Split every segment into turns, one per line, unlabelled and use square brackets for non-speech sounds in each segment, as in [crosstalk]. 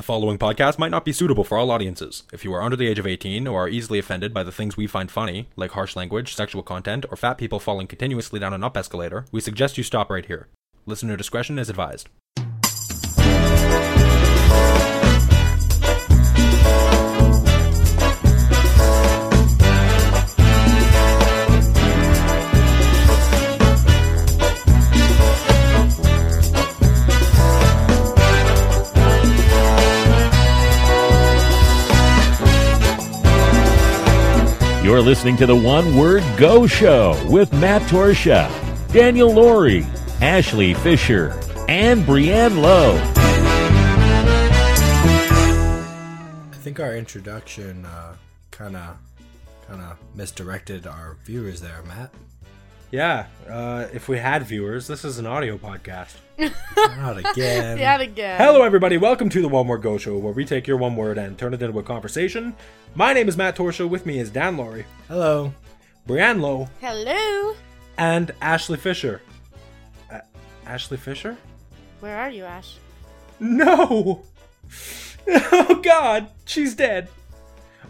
following podcast might not be suitable for all audiences. If you are under the age of 18 or are easily offended by the things we find funny, like harsh language, sexual content, or fat people falling continuously down an up escalator, we suggest you stop right here. Listener discretion is advised.
You're listening to the One Word Go Show with Matt Torsha, Daniel Laurie, Ashley Fisher, and Brienne Lowe.
I think our introduction uh, kind of kind of misdirected our viewers there, Matt.
Yeah, uh, if we had viewers, this is an audio podcast.
Not
[laughs]
again.
That again.
Hello, everybody. Welcome to the One Word Go Show, where we take your one word and turn it into a conversation. My name is Matt Torsha. With me is Dan Laurie,
Hello.
Brianne Lowe,
Hello.
and Ashley Fisher. A- Ashley Fisher?
Where are you, Ash?
No! [laughs] Oh, God! She's dead.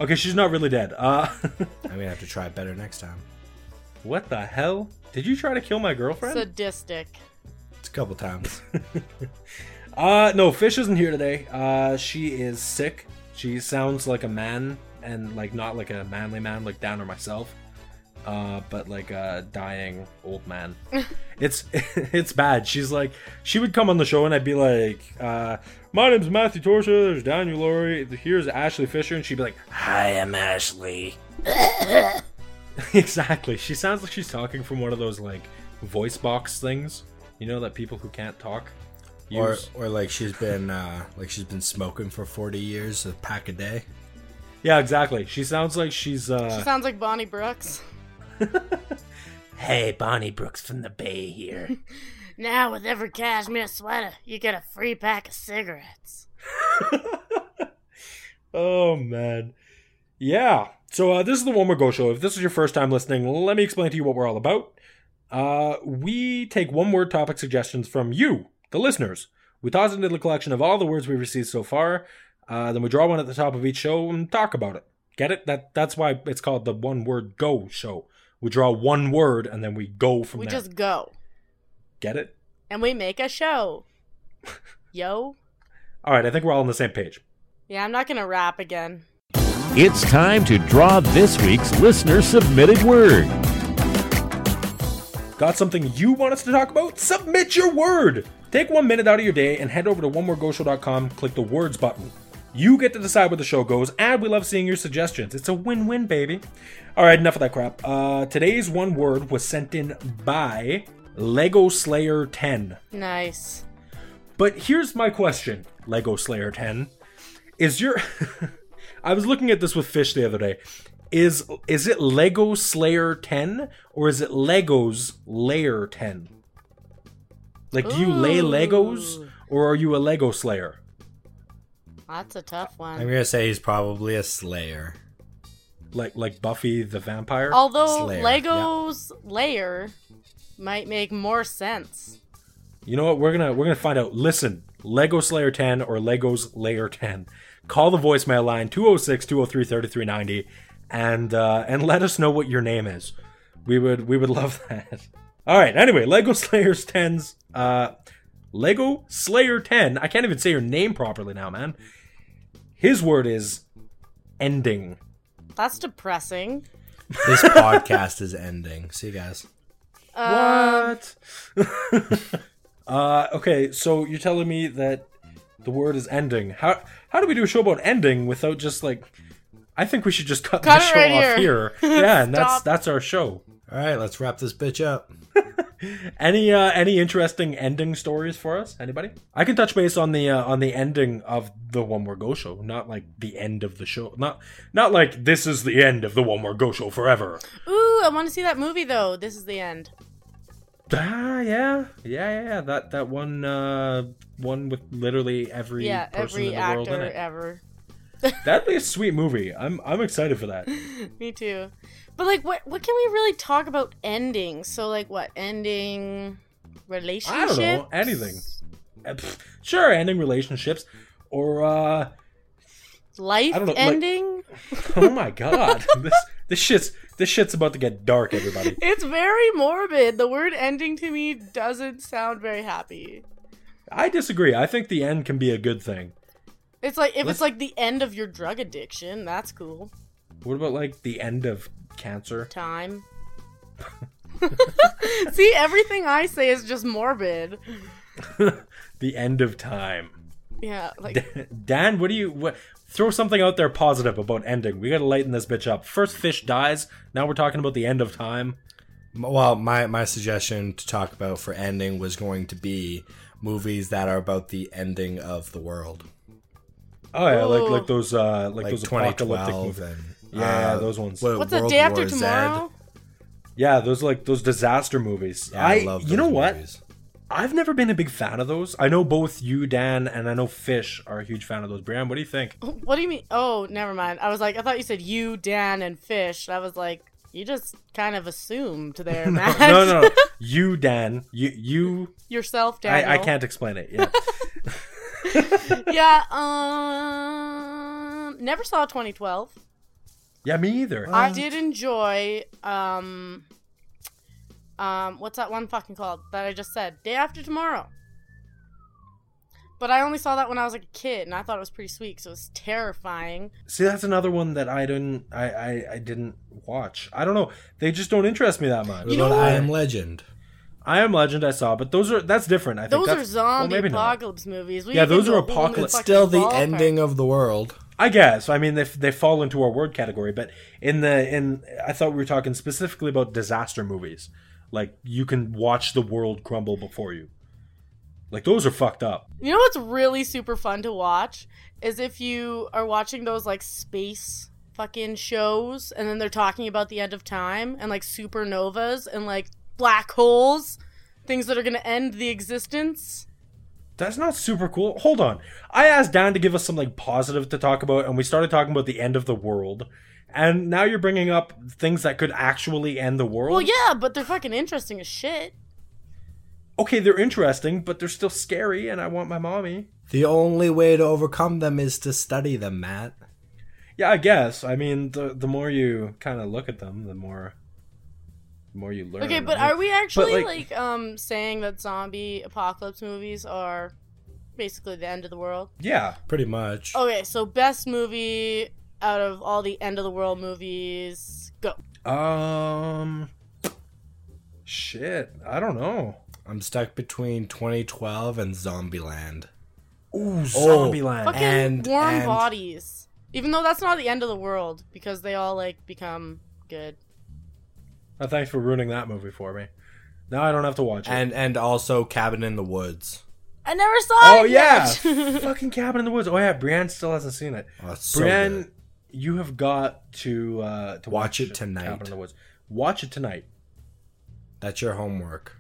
Okay, she's not really dead. Uh, [laughs]
I'm gonna have to try better next time.
what the hell? Did you try to kill my girlfriend?
Sadistic.
It's a couple times.
Uh, no, Fish isn't here today. Uh, she is sick. She sounds like a man, and like not like a manly man, like Dan or myself, uh, but like a dying old man. it's [laughs] it's bad. She's like she would come on the show, and I'd be like, uh, "My name's Matthew Torsha. There's Daniel Laurie. Here's Ashley Fisher," and she'd be like,
Hi, I'm Ashley.
[laughs] "Exactly." She sounds like she's talking from one of those like voice box things, you know, that people who can't talk
Or
use.
or like she's been uh, like she's been smoking for 40 years, a pack a day.
yeah, exactly. She sounds like she's uh,
She sounds like Bonnie Brooks.
[laughs] Hey, Bonnie Brooks from the Bay here.
[laughs] Now, with every cashmere sweater, you get a free pack of cigarettes.
Oh man. Yeah. So uh, this is the One More Go show. If this is your first time listening, let me explain to you what we're all about. Uh, we take one word topic suggestions from you, the listeners. We toss it into the collection of all the words we've received so far. Uh, then we draw one at the top of each show and talk about it. Get it? That that's why it's called the One Word Go show. We draw one word and then we go from
we
there.
just go
Get it?
and we make
[laughs]
a show. Yo.
All right. I think we're all on the same page.
Yeah, I'm not gonna rap again.
It's time to draw this week's listener submitted word.
Got something you want us to talk about? Submit your word! Take one minute out of your day and head over to onemoregoshow.com, click the words button. You get to decide where the show goes, and we love seeing your suggestions. It's a win win, baby. Alright, enough of that crap. Uh, today's one word was sent in by Lego Slayer 10.
Nice.
But here's my question, Lego Slayer 10. Is your [laughs] I was looking at this with Fish the other day. Is is it Lego Slayer 10 or is it Legos Layer 10? Like do you lay
Ooh.
Legos or are you a Lego Slayer?
That's a tough
I'm
one.
gonna say he's probably a slayer.
Like like Buffy the vampire?
Although
Slayer,
Lego's layer might make more sense.
You know what? We're gonna we're gonna find out. Listen, Lego Slayer 10 or Legos Layer 10. Call the voicemail line 206-203-3390 and uh, and let us know what your name is. We would we would love [laughs] that. All right. Anyway, Lego Slayer's 10s. Uh, Lego Slayer 10. I can't even say your name properly now, man. His word is ending.
That's depressing.
This [laughs] podcast is ending. See you guys.
Um,
What? [laughs] uh, okay, so you're telling me that the word is ending. How how do we do a show about ending without just like? I think we should just cut,
Cut
the
it
show
right
off
here.
here.
[laughs]
Yeah, and that's
Stop.
that's our show.
All right, let's wrap this bitch up.
Any uh, any interesting ending stories for us? Anybody? I can touch base on the uh, on the ending of the One More Go show, not like the end of the show, not not like this is the end of the One More Go show forever.
Ooh, I want to see that movie though. This is the end.
Ah, yeah, yeah, yeah, yeah. That that one, uh, one with literally every
yeah,
person
every
in the world in
actor
it.
ever. [laughs]
That'd be a sweet movie. I'm I'm excited for
[laughs]
that.
Me too. But like, what what can we really talk about ending? So like, what ending relationship?
I don't know anything. Uh, pff, Sure, ending relationships. or uh
Life
I don't know, like-
ending?
oh my god, [laughs] this this shit's this shit's about to get dark, everybody.
It's very morbid. The word ending to me doesn't sound very happy.
I disagree. I think the end can be a good thing.
It's like if
Let's-
it's like the end of your drug addiction, that's cool.
What about like the end of cancer? [laughs]
Time. [laughs] See, everything I say is just morbid.
The end of time.
Yeah, like
Dan, Dan, what do you what, throw something out there positive about ending? We got to lighten this bitch up. First fish dies. Now we're talking about the end of time.
M- Well, my my suggestion to talk about for ending was going to be movies that are about the ending of the world,
Oh yeah,
Ooh.
like like those uh like,
like
those apocalyptic
2012
movies.
and uh,
Yeah, those ones.
what,
what's a
World
day after
War Z.
tomorrow?
Yeah, those like those disaster movies.
Yeah, I, love
you know
those
what?
movies.
I've never been a big fan of those. I know both you, Dan, and I know Fish are a huge fan of those. Brian, what do you think?
What do you mean? Oh, never mind. I was like, I thought you said you, Dan, and Fish. I was like, you just kind of assumed there, Matt.
[laughs] No, no, no. you, Dan, you, you.
[laughs] Yourself, Dan.
I, I can't explain it. Yeah. [laughs]
Yeah. Um. Never saw 2012.
yeah, me either.
I did enjoy um um what's that one fucking called that I just said? Day after tomorrow. But I only saw that when I was like a kid and I thought it was pretty sweet, so it was terrifying.
See, that's another one that I didn't. I, I, I didn't watch. I don't know. They just don't interest me that much.
What about I Am Legend?
I am Legend. I saw, but those are that's different. I think
Those
that's,
are zombie
well, maybe not.
apocalypse movies. We
Yeah,
could
those
do
are
a whole new
apocalypse.
fucking
Still the
ballpark.
ending of the world.
I guess. I mean, they they fall into our word category, but in the in I thought we were talking specifically about disaster movies, like you can watch the world crumble before you. Like those are fucked up.
You know what's really super fun to watch is if you are watching those like space fucking shows and then they're talking about the end of time and like supernovas and like black holes, things that are going to end the existence.
That's not super cool. Hold on. I asked Dan to give us something positive to talk about, and we started talking about the end of the world. And now you're bringing up things that could actually end the world.
Well, yeah, but they're fucking interesting as shit.
Okay, they're interesting, but they're still scary, and I want my mommy.
The only way to overcome them is to study them, Matt.
Yeah, I guess. I mean, the the more you kind of look at them, the more the more you learn.
Okay, but
right?
are we actually
like-
like, um saying that zombie apocalypse movies are basically the end of the world?
Yeah.
Pretty much.
Okay, so best movie out of all the end of the world movies, go.
Um. Shit, I don't know.
I'm stuck between 2012 and Zombieland.
Ooh,
Fucking
And-
warm
and-
bodies. Even though that's not the end of the world, because they all like become good.
Oh, thanks for ruining that movie for me. Now I don't have to watch it.
And and also Cabin in the Woods.
I never saw
oh
it.
yeah,
[laughs]
[laughs]
yet.
fucking Cabin in the Woods. Oh yeah, Brienne still hasn't seen it.
Oh, it's so
Brienne,
good.
you have got to uh, to
Watch it tonight.
Cabin in the Woods. Watch it tonight.
That's your homework.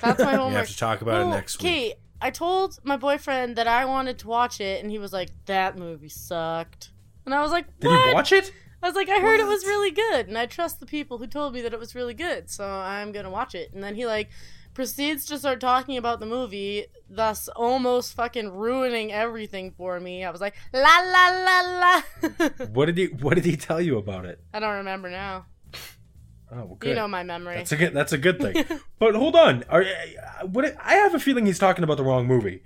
that's my
We
homework. Oh,
have to talk about it next week.
Okay, I told my boyfriend that I wanted to watch it, and he was like, "That movie sucked." And I was like,
Did
"What?"
you watch it?
I was like, "I heard it was really good, and I trust the people who told me that it was really good, so I'm gonna watch it." And then he like proceeds to start talking about the movie, thus almost fucking ruining everything for me. I was like, "La la la [laughs] la."
What did he What did he tell you about it?
I don't remember now.
Oh, well, good.
You know my memory.
That's a good. That's a good thing.
[laughs]
but hold on. Are, uh, what I have a feeling he's talking about the wrong movie,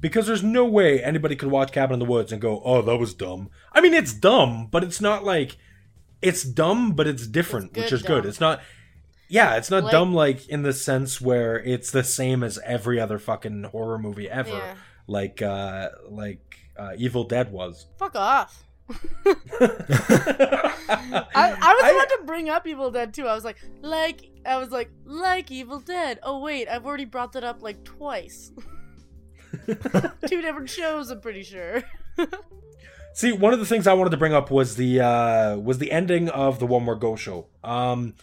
because there's no way anybody could watch Cabin in the Woods and go, "Oh, that was dumb." I mean, it's dumb, but it's not like it's dumb, but it's different,
good
which is good.
dumb.
It's not. Yeah, it's not
Like-
dumb like in the sense where it's the same as every other fucking horror movie ever,
Yeah.
like uh like uh, Evil Dead was. [laughs]
Fuck off.
I,
[laughs] I, I was
I-
about to bring up Evil Dead too. I was like, like, I was like, like Evil Dead. Oh wait, I've already brought that up like
[laughs]
twice. [laughs] Two different shows, I'm pretty sure.
See, one of the things I wanted to bring up was the uh, was the ending of the One More Go show. Um,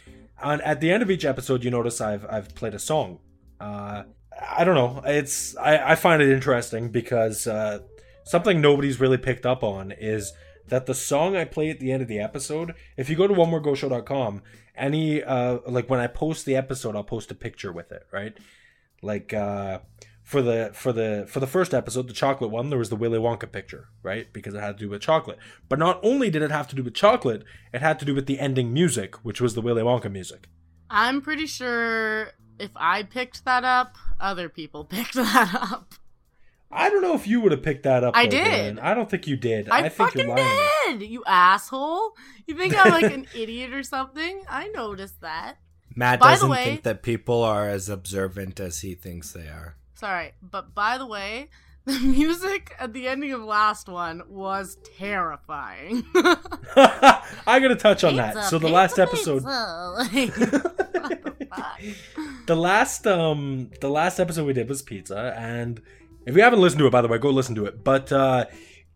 on, at the end of each episode, you notice I've I've played a song. Uh, I don't know. It's I, I find it interesting because uh, something nobody's really picked up on is that the song I play at the end of the episode. If you go to one more onemoregoshow.com, any uh, like when I post the episode, I'll post a picture with it, right? Like uh, for the for the for the first episode, the chocolate one, there was the Willy Wonka picture, right? Because it had to do with chocolate. But not only did it have to do with chocolate, it had to do with the ending music, which was the Willy Wonka music.
I'm pretty sure if I picked that up, other people [laughs] picked that up.
I don't know if you would have picked that up.
I
though,
did.
Dylan. I don't think you did.
I,
think
fucking
you're lying.
did, you asshole. You think I'm like an idiot or something? I noticed that.
Matt
By the
doesn't
way-
think that people are as observant as he thinks they are.
Sorry, but by the way, [laughs] the music at the ending of last one was terrifying.
[laughs] I gotta touch on that. so the last
[laughs]
episode, [laughs] the last um the last episode we did was pizza and if you haven't listened to it by the way go listen to it but uh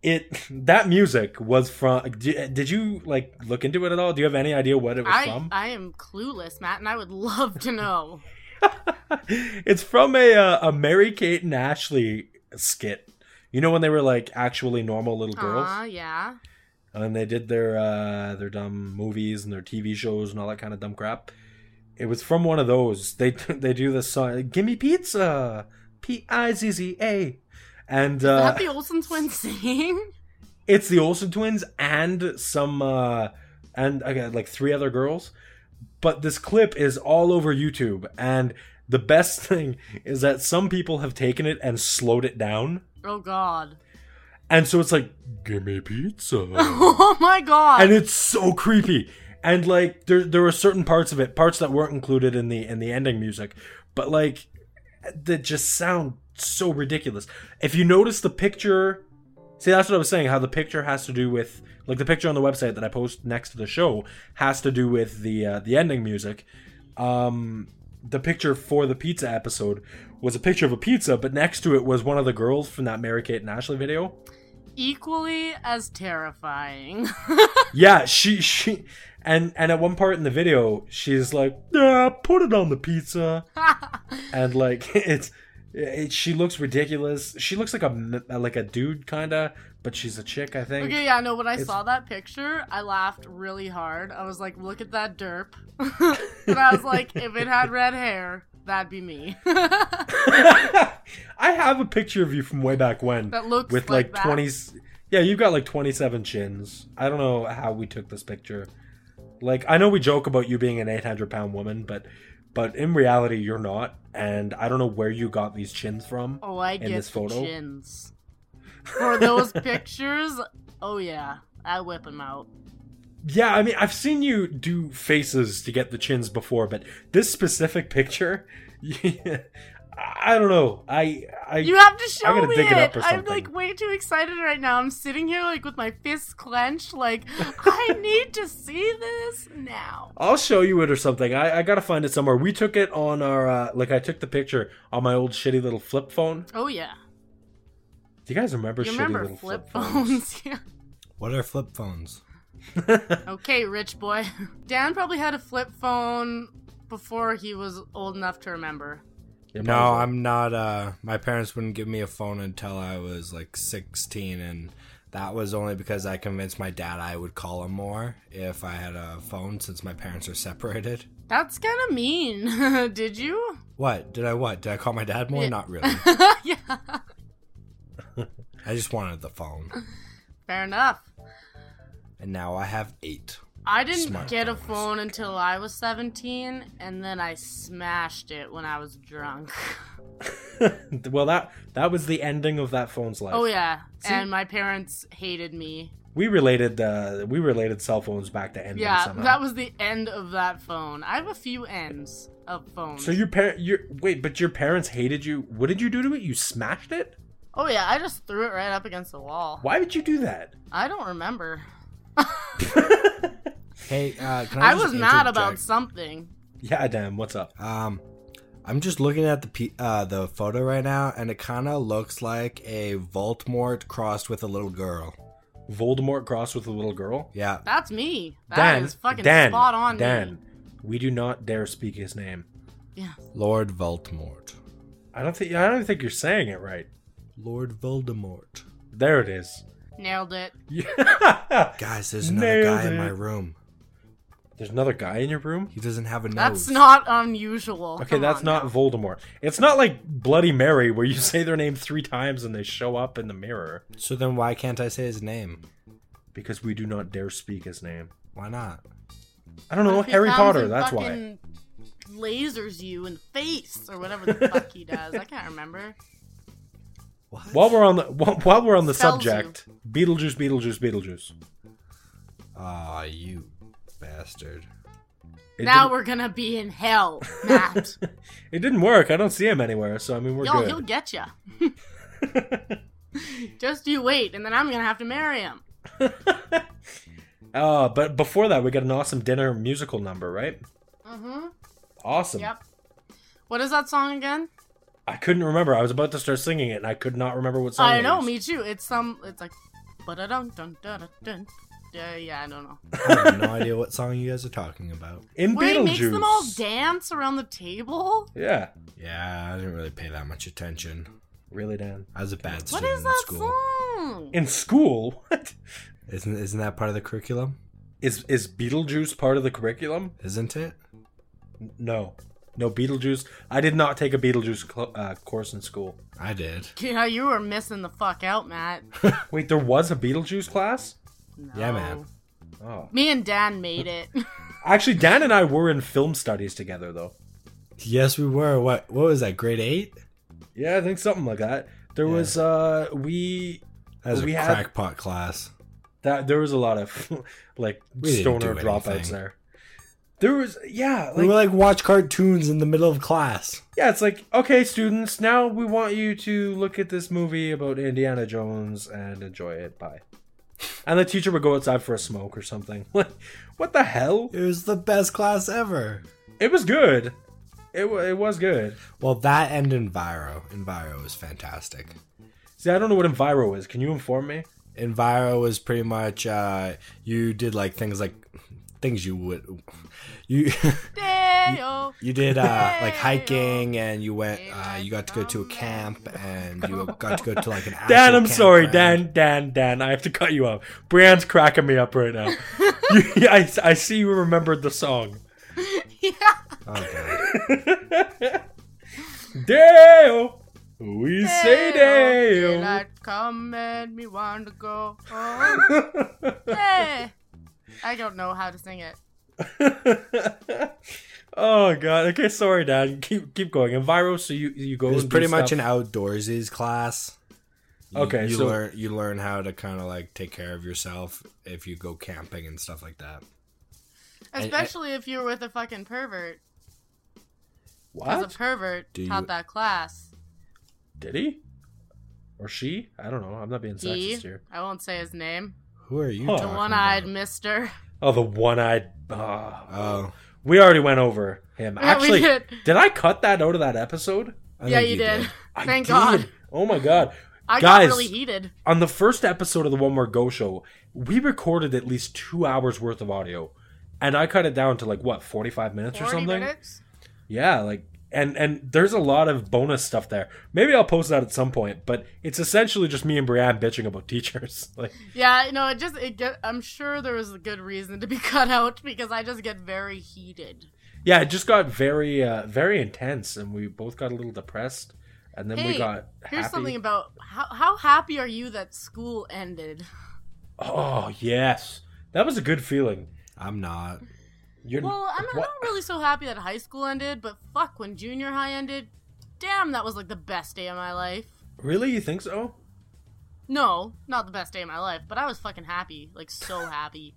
it [laughs] that music was from did, did you like look into it at all do you have any idea what it was
I,
from [laughs]
I am clueless, Matt, and I would love to know.
it's from a uh, a mary kate and ashley skit you know when they were like actually normal little [laughs] girls
Aw, yeah.
and they did their uh their dumb movies and their tv shows and all that kind of dumb crap it was from one of those they [laughs] they do this song gimme pizza p-i-z-z-a and
Is
uh
that the Olsen twins singing?
it's the Olsen twins and some uh and again like three other girls. But this clip is all over YouTube and the best [laughs] thing is that some people have taken it and slowed it down.
Oh God.
And so it's like, gimme pizza.
[laughs] Oh my God.
and it's so creepy. And like there there were certain parts of it, parts that weren't included in the in the ending music, but like that just sound so ridiculous. If you notice the picture, see that's what I was saying. How the picture has to do with like the picture on the website that I post next to the show has to do with the uh, the ending music. Um, the picture for the pizza episode was a picture of a pizza, but next to it was one of the girls from that Mary Kate and Ashley video.
Equally as terrifying. [laughs]
yeah she she and and at one part in the video she's like yeah put it on the
[laughs]
pizza and like [laughs] it's it, she looks ridiculous she looks like a m- like a dude kinda but she's a chick i think
okay, yeah, no, when I
It's-
saw that picture, I laughed really hard. I was like, look at that derp. [laughs] and I was like, if it had red hair, that'd be me. [laughs] that
[laughs] i have a picture of you from way back when
looks
with
like,
like,
that.
20s yeah you've got like 27 chins i don't know how we took this picture like i know we joke about you being an 800 pound woman but but in reality you're not and i don't know where you got these chins from
Oh, I
in
get
this
the
photo.
chins.
[laughs]
For those pictures, oh yeah, I whip them out.
Yeah, I mean, I've seen you do faces to get the chins before, but this specific picture, [laughs] I don't know. I, I,
You have to show
I'm gonna
me
dig it up or
I'm
something.
like way too excited right now. I'm sitting here like with my fists clenched, like
[laughs]
I need to see this now.
I'll show you it or something. I, I gotta find it somewhere. We took it on our, uh, like, I took the picture on my old shitty little flip phone.
Oh yeah,
Do you guys remember shitty
you remember
little
flip [laughs] phones? yeah.
What are flip phones?
Okay, rich boy. [laughs] Dan probably had a flip phone before he was old enough to remember.
Yeah,
No,
might as well.
I'm not. Uh, my parents wouldn't give me a phone until I was like 16, and that was only because I convinced my dad I would call him more if I had a phone since my parents are separated.
That's kind of mean. [laughs] Did you?
What did I? What did I call my dad more?
Yeah.
Not really.
yeah.
I just wanted the phone,
Fair enough.
and now I have eight.
I didn't
Smart
get a
phones.
phone until I was 17, and then I smashed it when I was drunk. [laughs]
well, [laughs] that, that was the ending of that phone's life.
Oh, yeah. And my parents hated me.
We related, uh, we related cell phones back to endings
Yeah,
somehow.
that was the end of that phone. I have a few ends of phones.
So your parent, your, wait, but your parents hated you. What did you do to it? You smashed it?
oh, yeah, I just threw it right up against the wall.
Why would you do that?
I don't remember.
Hey, uh, can I?
I
just
was mad about
interject?
something.
Yeah, damn. What's up?
Um, I'm just looking at the pe- uh, the photo right now, and it kind of looks like a Voldemort crossed with a little girl.
Voldemort crossed with a little girl.
Yeah,
That's me. That is
Dan,
fucking
Dan,
spot on
Dan,
me.
we do not dare speak his name.
Yeah.
Lord Voldemort.
I don't think. I don't think you're saying it right.
Lord Voldemort.
There it is. [laughs]
Nailed it.
Yeah.
Guys, there's another
Nailed
guy in my
it.
room.
There's another guy in your room?
He doesn't have a nose.
That's not unusual.
Okay,
Come
that's
on
not
now.
Voldemort. It's not like Bloody Mary where you [laughs] say their name three times and they show up in the mirror
So then why can't I say his name?
because we do not dare speak his name.
Why not?
I don't know,
What if he
Harry
comes
Potter,
and
that's why.
fucking Lasers you in the face or whatever the
[laughs]
fuck he does. I can't remember.
What?
While we're on the [laughs] while while we're on the
Spells you.
subject, Beetlejuice, Beetlejuice, Beetlejuice.
Aw, Ah, you bastard.
It
now
didn't-
we're gonna be in hell, Matt.
It didn't work. I don't see him anywhere, so I mean [laughs] we're
Yo,
good.
he'll get
[laughs]
ya. Just you wait, and then I'm gonna have to marry him.
Uh, but before that, we got an awesome dinner musical number, right?
Mm-hmm.
Awesome.
Yep. What is that song again?
I couldn't remember. I was about to start singing it, and I could not remember what song.
I
it
know,
is.
me too. It's some. It's like. Ba-da-dun, dun, dun, dun, dun. Yeah, yeah, I don't know.
I have no idea what song you guys are talking about.
in
Where he
Beetlejuice.
makes them all dance around the table.
yeah,
Yeah, I didn't really pay that much attention.
really, Dan.
I was a bad
What
student
is
in
that
school.
song?
In school, [laughs] what
Isn't isn't that part of the curriculum?
is is Beetlejuice part of the curriculum?
Isn't it?
N- No, no Beetlejuice. I did not take a Beetlejuice cl- uh, course in school.
I did.
Yeah, you were missing the fuck out, Matt.
Wait, there was a Beetlejuice class.
[laughs] Yeah,
No.
man.
Oh,
Me and Dan made it. [laughs]
actually, Dan and I were in film studies together, though.
Yes, we were. What what was that? Grade eight?
Yeah, I think something like that. There
Yeah.
was uh, we
That was
We
a
had-
crackpot class.
That there was a lot of [laughs] like
We didn't
stoner
do
dropouts
anything.
there. There was yeah,
we
like
were like watch cartoons in the middle of class.
yeah, it's like okay, students, now we want you to look at this movie about Indiana Jones and enjoy it. Bye. And the teacher would go outside for a smoke or something. [laughs] Like, what the hell?
It was the best class ever.
It was good. It wa- it was good.
Well, that and Enviro. Enviro was fantastic.
See, I don't know what Enviro is. Can you inform me?
Enviro was pretty much uh, you did like things like things you would you [laughs]
Deo.
you did uh, like hiking and you went uh, you got to go to a camp and you got to go to like an
[laughs]
actual
Dan, I'm sorry,
campground.
Dan, Dan, Dan. I have to cut you off. Brianne's cracking me up right
[laughs]
now. You- [laughs] I, I see you remembered the song.
yeah.
Oh,
[laughs]
Okay.
Dale, we say
Deo.
Dale.
Daylight come and me want to go
[laughs]
home. hey. I don't know how to sing it.
[laughs] oh god. Okay, sorry, Dad. Keep keep going. Enviro. So you you go.
It was
and do
pretty much an
stuff.
outdoorsies class. You-
Okay,
you
so-
learn you learn how to kind of like take care of yourself if you go camping and stuff like that. I-
Especially if you're with a fucking pervert. Because
what
a pervert
Do you-
taught that class.
did he or she? I don't know. I'm not being
He.
sexist here.
I won't say his name.
Who are you?
Huh. The
The
talking
one-eyed
about?
mister. [laughs]
Oh, the one-eyed. ah.
Oh,
we already went over him.
Yeah, we
Actually,
did.
I cut that out of that episode?
I
yeah,
think
you did.
I
Thank
did.
God.
Oh my god.
I
Guys.
got really heated.
on the first episode of the One More Go show, we recorded at least two hours worth of audio, and I cut it down to like what forty five minutes or
40
something.
minutes?
Yeah, like and and there's a lot of bonus stuff there. Maybe I'll post that at some point, but it's essentially just me and Brianne bitching about [laughs] teachers. Like,
Yeah, no, it just it get, I'm sure there was a good reason to be [laughs] cut out because I just get very heated.
yeah, it just got very uh, very intense, and we both got a little depressed, and then
hey,
we got
here's
happy.
something about how how happy are you that school ended?
oh yes, that was a good feeling.
I'm not.
You're,
Well, I'm not, I'm
what-
not really so happy that high school ended, but fuck when junior high ended, damn, that was like the best day of my life.
really you think so?
No, not the best day of my life, but I was fucking happy, like so happy.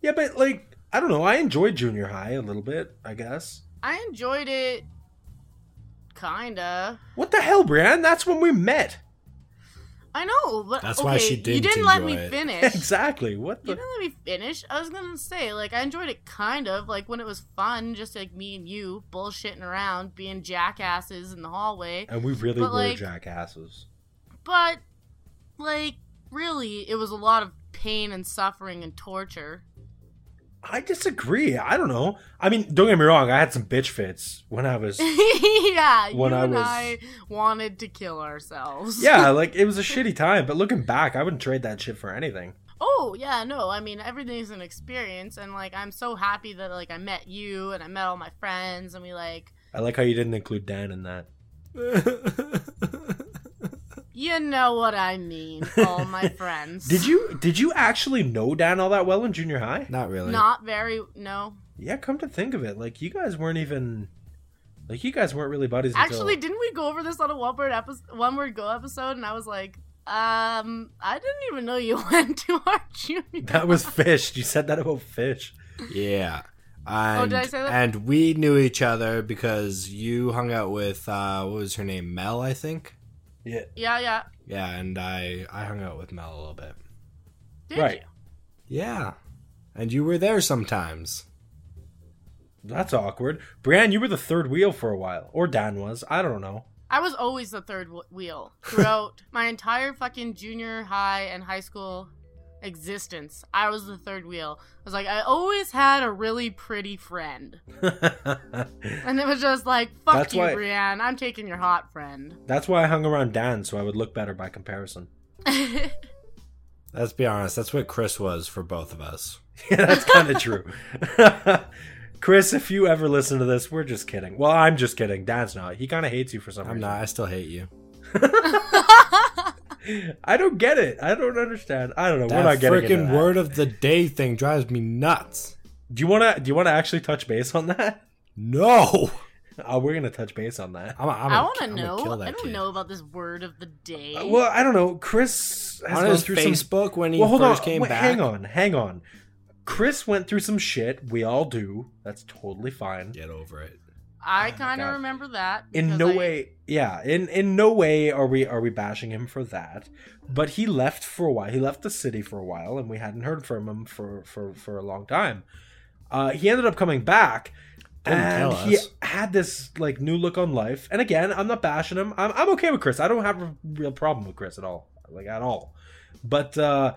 Yeah, but like I don't know. I enjoyed junior high a little bit, I guess.
I enjoyed it, kinda.
What the hell, Brian? That's when we
[laughs]
met.
I know, but
That's
okay,
why she
you
didn't
didn't let me
enjoy it. [laughs]
finish.
exactly. What
You
the?
didn't let me finish. I was gonna say, like, I enjoyed it kind of, like when it was fun, just like me and you bullshitting around, being jackasses in the hallway.
And we really
But,
were
like-
jackasses.
But, like, really, it was a lot of pain and suffering and torture. [laughs]
I disagree. I don't know. I mean, don't get me wrong. I had some bitch fits when I
[laughs]
was.
yeah,
When
you
I
and
was-
I wanted to kill ourselves.
Yeah, like it was a shitty time. But looking back, I wouldn't trade that shit for anything.
Oh, Oh yeah, no. I mean, everything's an experience, and like, I'm so happy that like I met you and I met all my friends, and we like,
I like how you didn't include Dan in that.
you know what I mean,
[laughs]
all my friends.
Did you did you actually know Dan all that well in junior high?
Not really.
Not very. No,
Yeah, come to think of it, like you guys weren't even like you guys weren't really buddies.
actually,
until,
didn't we go over this on a one word episode, one word go episode? And I was like, um, I didn't even know you [laughs] went to our junior.
that was fish. You said that about fish.
Yeah. And,
Oh, did I say that?
And we knew each other because you hung out with uh, what was her name, Mel, I think.
Yeah,
[laughs] Yeah, yeah.
Yeah, and I I hung out with Mel a little bit.
Did
right.
you?
Yeah, and you were there sometimes.
That's awkward. Brian, you were the third wheel for a while, or Dan was. I don't know. [laughs]
I was always the third wh- wheel throughout [laughs] my entire fucking junior high and high school existence. I was the third wheel. I was like, I always had a really pretty friend, and it was just like, fuck
That's
you,
why-
Brienne. I'm taking your hot friend. [laughs]
That's why I hung around Dan, so I would look better by comparison. [laughs]
Let's be honest, that's what Chris was for both of us.
Yeah, that's kind of true. [laughs] Chris, if you ever listen to this, we're just kidding. Well, I'm just kidding. Dan's not. He kind of hates you for some
I'm
reason.
not. I still hate you.
[laughs] I don't get it. I don't understand. I don't know. we're
That
not getting into
freaking
that.
word of the day thing drives me nuts.
Do you wanna? Do you wanna actually touch base on that? [laughs]
No,
Oh, we're gonna touch base on that.
I'm, I'm
I
gonna-
want to
I'm gonna kill
know.
that
I don't
kid.
know about this word of the day.
Uh, Well, I don't know. Chris has
On
gone
his
through
Facebook when
some.
he
Well, hold
first
on.
came
Wait,
back.
Hang on. Hang on. Chris went through some shit. We all do. That's totally fine.
Get over it.
I
Oh my
kind
God.
of remember that.
in
because
no
I-
way yeah in in no way are we are we bashing him for that but he left for a while he left the city for a while and we hadn't heard from him for for for a long time uh he ended up coming back
Didn't
and
tell
he
us.
had this like new look on life and again i'm not bashing him i'm, I'm okay with chris i don't have a real problem with chris at all like at all but uh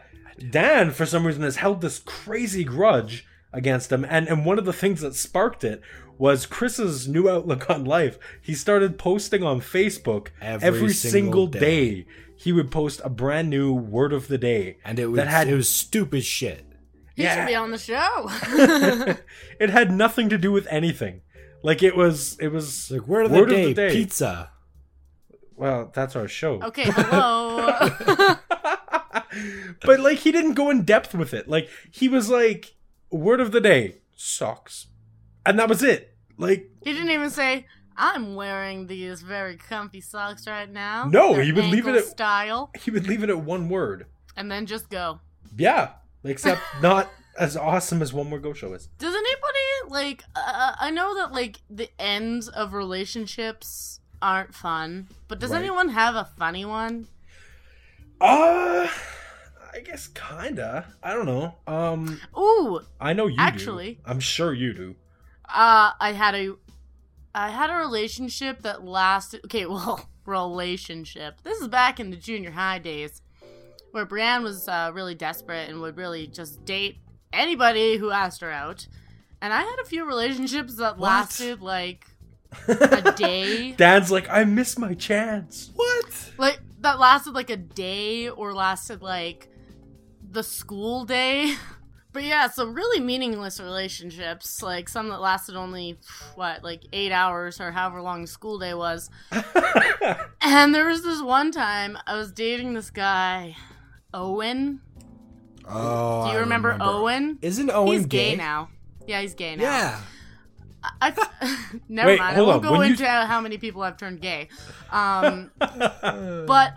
dan for some reason has held this crazy grudge against him and and one of the things that sparked it was Chris's new outlook on life. He started posting on Facebook every,
Every
single
single
day.
day.
He would post a brand new word of the day.
And it was
that had
it was stupid shit.
He
Yeah.
should be on the show.
[laughs] it had nothing to do with anything. Like it was it was
It's like word of the, day, pizza.
Well, that's our show.
okay, hello.
[laughs]
[laughs]
but like he didn't go in depth with it. Like he was like word of the day socks. And that was it. Like
He didn't even say, "I'm wearing these very comfy socks right now."
No,
They're
he would leave it
ankle
at-
style,
he would leave it at one word.
and then just go.
Yeah, [laughs] except not as awesome as One More Go Show is.
Does anybody like? Uh, I know that like the ends of relationships aren't fun, but does
Right.
anyone have a funny one?
Uh, I guess kinda. I don't know. Um,
Ooh,
I know you do.
Actually-
I'm sure you do.
uh, I had a, I had a relationship that lasted. Okay, [laughs] well, relationship. This is back in the junior high days, where Brienne was uh, really desperate and would really just date anybody who asked her out. And I had a few relationships that
What?
lasted like a day,
Dad's like, I missed my chance. What?
like that lasted like a day or lasted like the school day. [laughs] But yeah, so really meaningless relationships, like some that lasted only what, like eight hours or however long the school
[laughs]
day was. and there was this one time I was dating this guy, Owen.
Oh,
Do you
I
remember, Owen?
Isn't Owen
he's gay, now. Yeah, he's gay now.
Yeah.
I,
[laughs]
I- never
Wait,
mind. I
hold on,
won't go
when you-
into how many people I've turned gay.
[laughs]
Um, but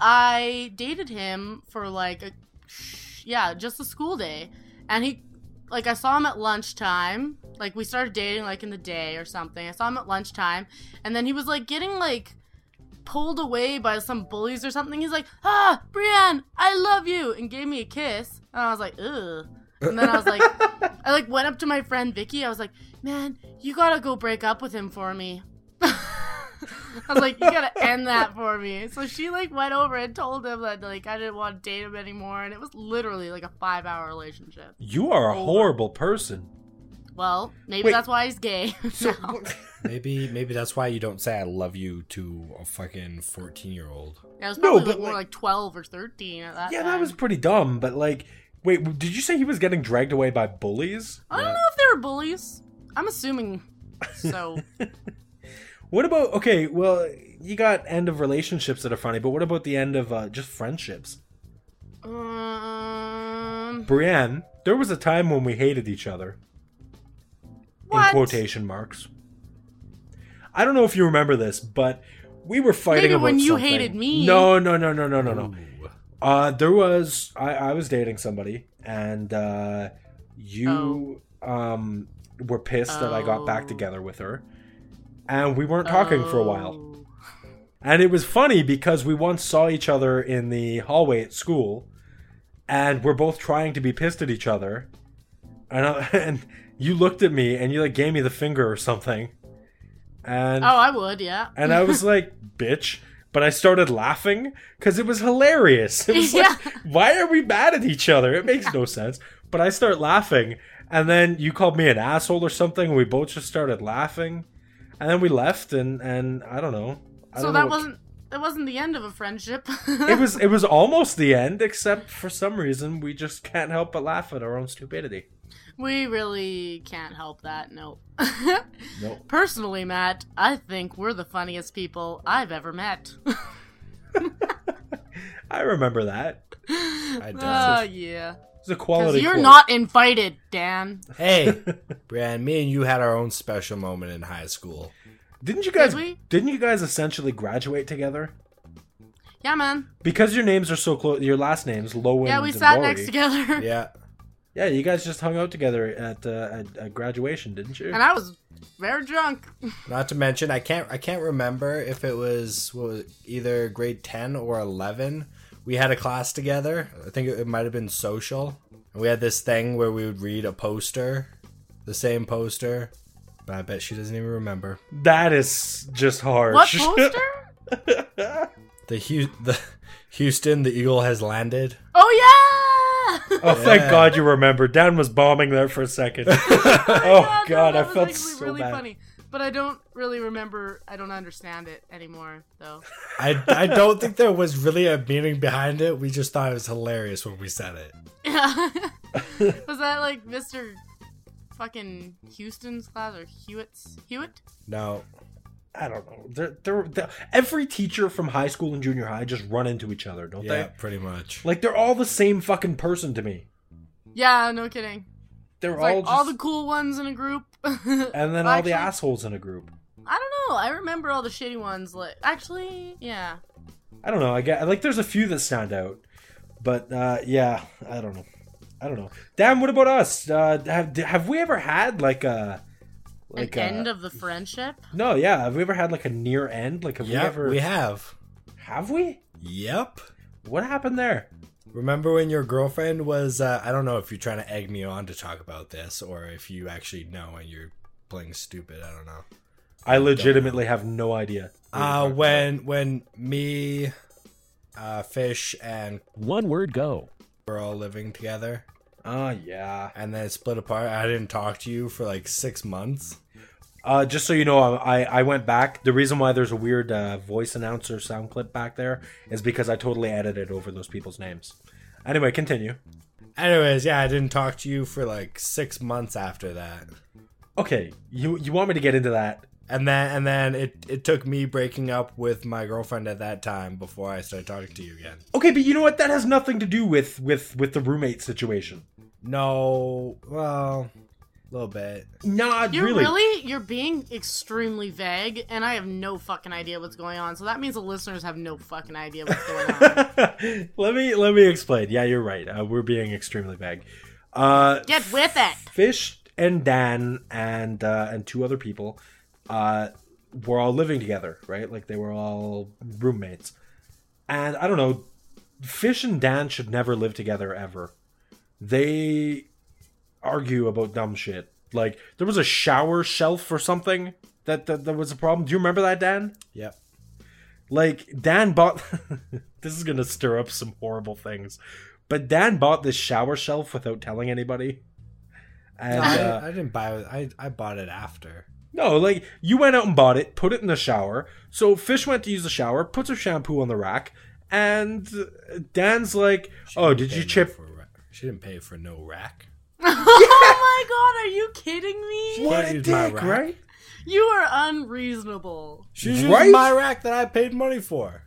I dated him for like a, yeah, just a school day, and he, like, I saw him at lunchtime. Like, we started dating like in the day or something. I saw him at lunchtime, and then he was like getting like pulled away by some bullies or something. He's like, "Ah, Brienne, I love you," and gave me a kiss, and I was like, "Ugh." And then I was
[laughs]
like, I like went up to my friend Vicky. I was like, "Man, you gotta go break up with him for me." [laughs] I was like, you gotta end that for me. So she like went over and told him that like I didn't want to date him anymore, and it was literally like a five hour relationship.
You are a horrible person.
Well, maybe
Wait.
that's why he's gay. [laughs]
So,
[laughs] maybe maybe that's why you don't say I love you to a fucking 14 year old.
I was
No,
probably
but,
like, more
like-
like twelve or thirteen at
[laughs]
that.
yeah,
time.
that was pretty dumb. But like, Wait, w- did you say he was getting dragged away by bullies?
I don't know if they were bullies. I'm assuming.
[laughs]
So
What about okay? Well, you got end of relationships that are funny, but what about the end of uh, just friendships?
um
Brienne, there was a time when we hated each other.
What?
In quotation marks. I don't know if you remember this, but we were fighting
Maybe
about
when you
something.
hated me.
No, no, no, no, no, no, no.
Ooh.
Uh, there was I, I was dating somebody, and uh, you um were pissed that I got back
Oh.
together with her, and we weren't talking for a while.
Oh.
And it was funny because we once saw each other in the hallway at school, and we're both trying to be pissed at each other. And, I, [laughs] and you looked at me and you like gave me the finger or something, and
Oh, I would, yeah.
and I was like, [laughs] "Bitch!" But I started laughing because it was hilarious. It
[laughs]
was like,
Yeah.
"Why are we mad at each other?" It makes
[laughs]
no sense. But I start laughing, and then you called me an asshole or something, and we both just started laughing, and then we left, and and I don't know. I
So
don't know
that
what-
wasn't that wasn't the end of a friendship.
it was it was almost the end, except for some reason we just can't help but laugh at our own stupidity.
we really can't help that. No.
No.
[laughs] Personally, Matt, I think we're the funniest people I've ever met.
I remember that.
[laughs]
I
Oh,
don't.
yeah.
It's a
Because
quality.
you're
quote.
not invited, Dan.
[laughs] hey, Brian, me and you had our own special moment in high school.
Didn't you guys?
Did we?
Didn't you guys essentially graduate together?
Yeah, man.
Because your names are so close. Your last names, Lowen.
Yeah, we
and
sat
Lori.
next together.
Yeah.
Yeah, you guys just hung out together at uh, at, at graduation, didn't you?
[laughs] And I was very drunk.
[laughs]
Not to mention, I can't I can't remember if it was, what was it, either grade ten or eleven. We had a class together. I think it, it might have been social. And we had this thing where we would read a poster, the same poster. But I bet she doesn't even remember
that is just harsh.
What
[laughs]
poster?
the Hu- the Houston. The eagle has landed.
oh yeah.
oh, thank
Yeah.
God you remember. Dan was bombing there for a second.
[laughs] Yeah,
oh
no,
God,
that
I
was
felt
actually
so
really
bad.
funny. But I don't really remember. I don't understand it anymore, though.
I, I don't think there was really a meaning behind it. We just thought it was hilarious when we said it.
[laughs]
was that like Mr. Fucking Houston's class or Hewitt's? Hewitt?
No,
I don't know. They're, they're, they're- every teacher from high school and junior high just run into each other, don't
yeah,
they?
pretty much.
Like they're all the same fucking person to me.
Yeah, no kidding.
They're
It's
all
like
just,
all the cool ones in a group. [laughs]
and then all
Actually,
the assholes in a group.
I don't know. I remember all the shitty ones. Like actually, yeah.
I don't know. I get like there's a few that stand out, but uh, yeah, I don't know. I don't know. Dan, what about us? Uh, have have we ever had like a like uh,
An
a,
end of the friendship.
no? Yeah, have we ever had like a near end? Like have
Yep,
we ever
we have.
have we?
Yep.
What happened there?
Remember when your girlfriend was? Uh, I don't know if you're trying to egg me on to talk about this, or if you actually know and you're playing stupid. I don't know.
I legitimately have no idea.
Uh, when when me, uh, Fish, and
One word go.
we're all living together,
Oh yeah.
and then it split apart. I didn't talk to you for like six months.
Uh, just so you know, I I went back. The reason why there's a weird uh, voice announcer sound clip back there is because I totally edited over those people's names. Anyway, continue.
Anyways, yeah, I didn't talk to you for like six months after that.
Okay, you you want me to get into that?
And then and then it, it took me breaking up with my girlfriend at that time before I started talking to you again.
Okay, but you know what? That has nothing to do with with with the roommate situation.
No, well, a little bit.
Nah,
You're
really.
really? you're being extremely vague, and I have no fucking idea what's going on. So that means the listeners have no fucking idea what's
[laughs]
going on.
[laughs] let me let me explain. Yeah, you're right. Uh, we're being extremely vague. Uh,
Get with
[laughs]
it.
Fish and Dan and uh, and two other people uh, were all living together, right? Like they were all roommates. And I don't know, Fish and Dan should never live together ever. They argue about dumb shit. Like there was a shower shelf or something that that, that was a problem. Do you remember that, Dan?
Yep.
Like Dan bought [laughs] this is gonna stir up some horrible things. But Dan bought this shower shelf without telling anybody. And
I,
uh,
I didn't buy it. I, I bought it after.
no, like you went out and bought it, put it in the shower. So Fish went to use the shower, puts her shampoo on the rack, and Dan's like, "Oh, did you
Payment
chip?
for it. She didn't pay for no rack.
[laughs] oh my god, are you kidding me?
What a dick, right?
You are unreasonable.
She used
Right?
my rack that I paid money
[laughs]
for.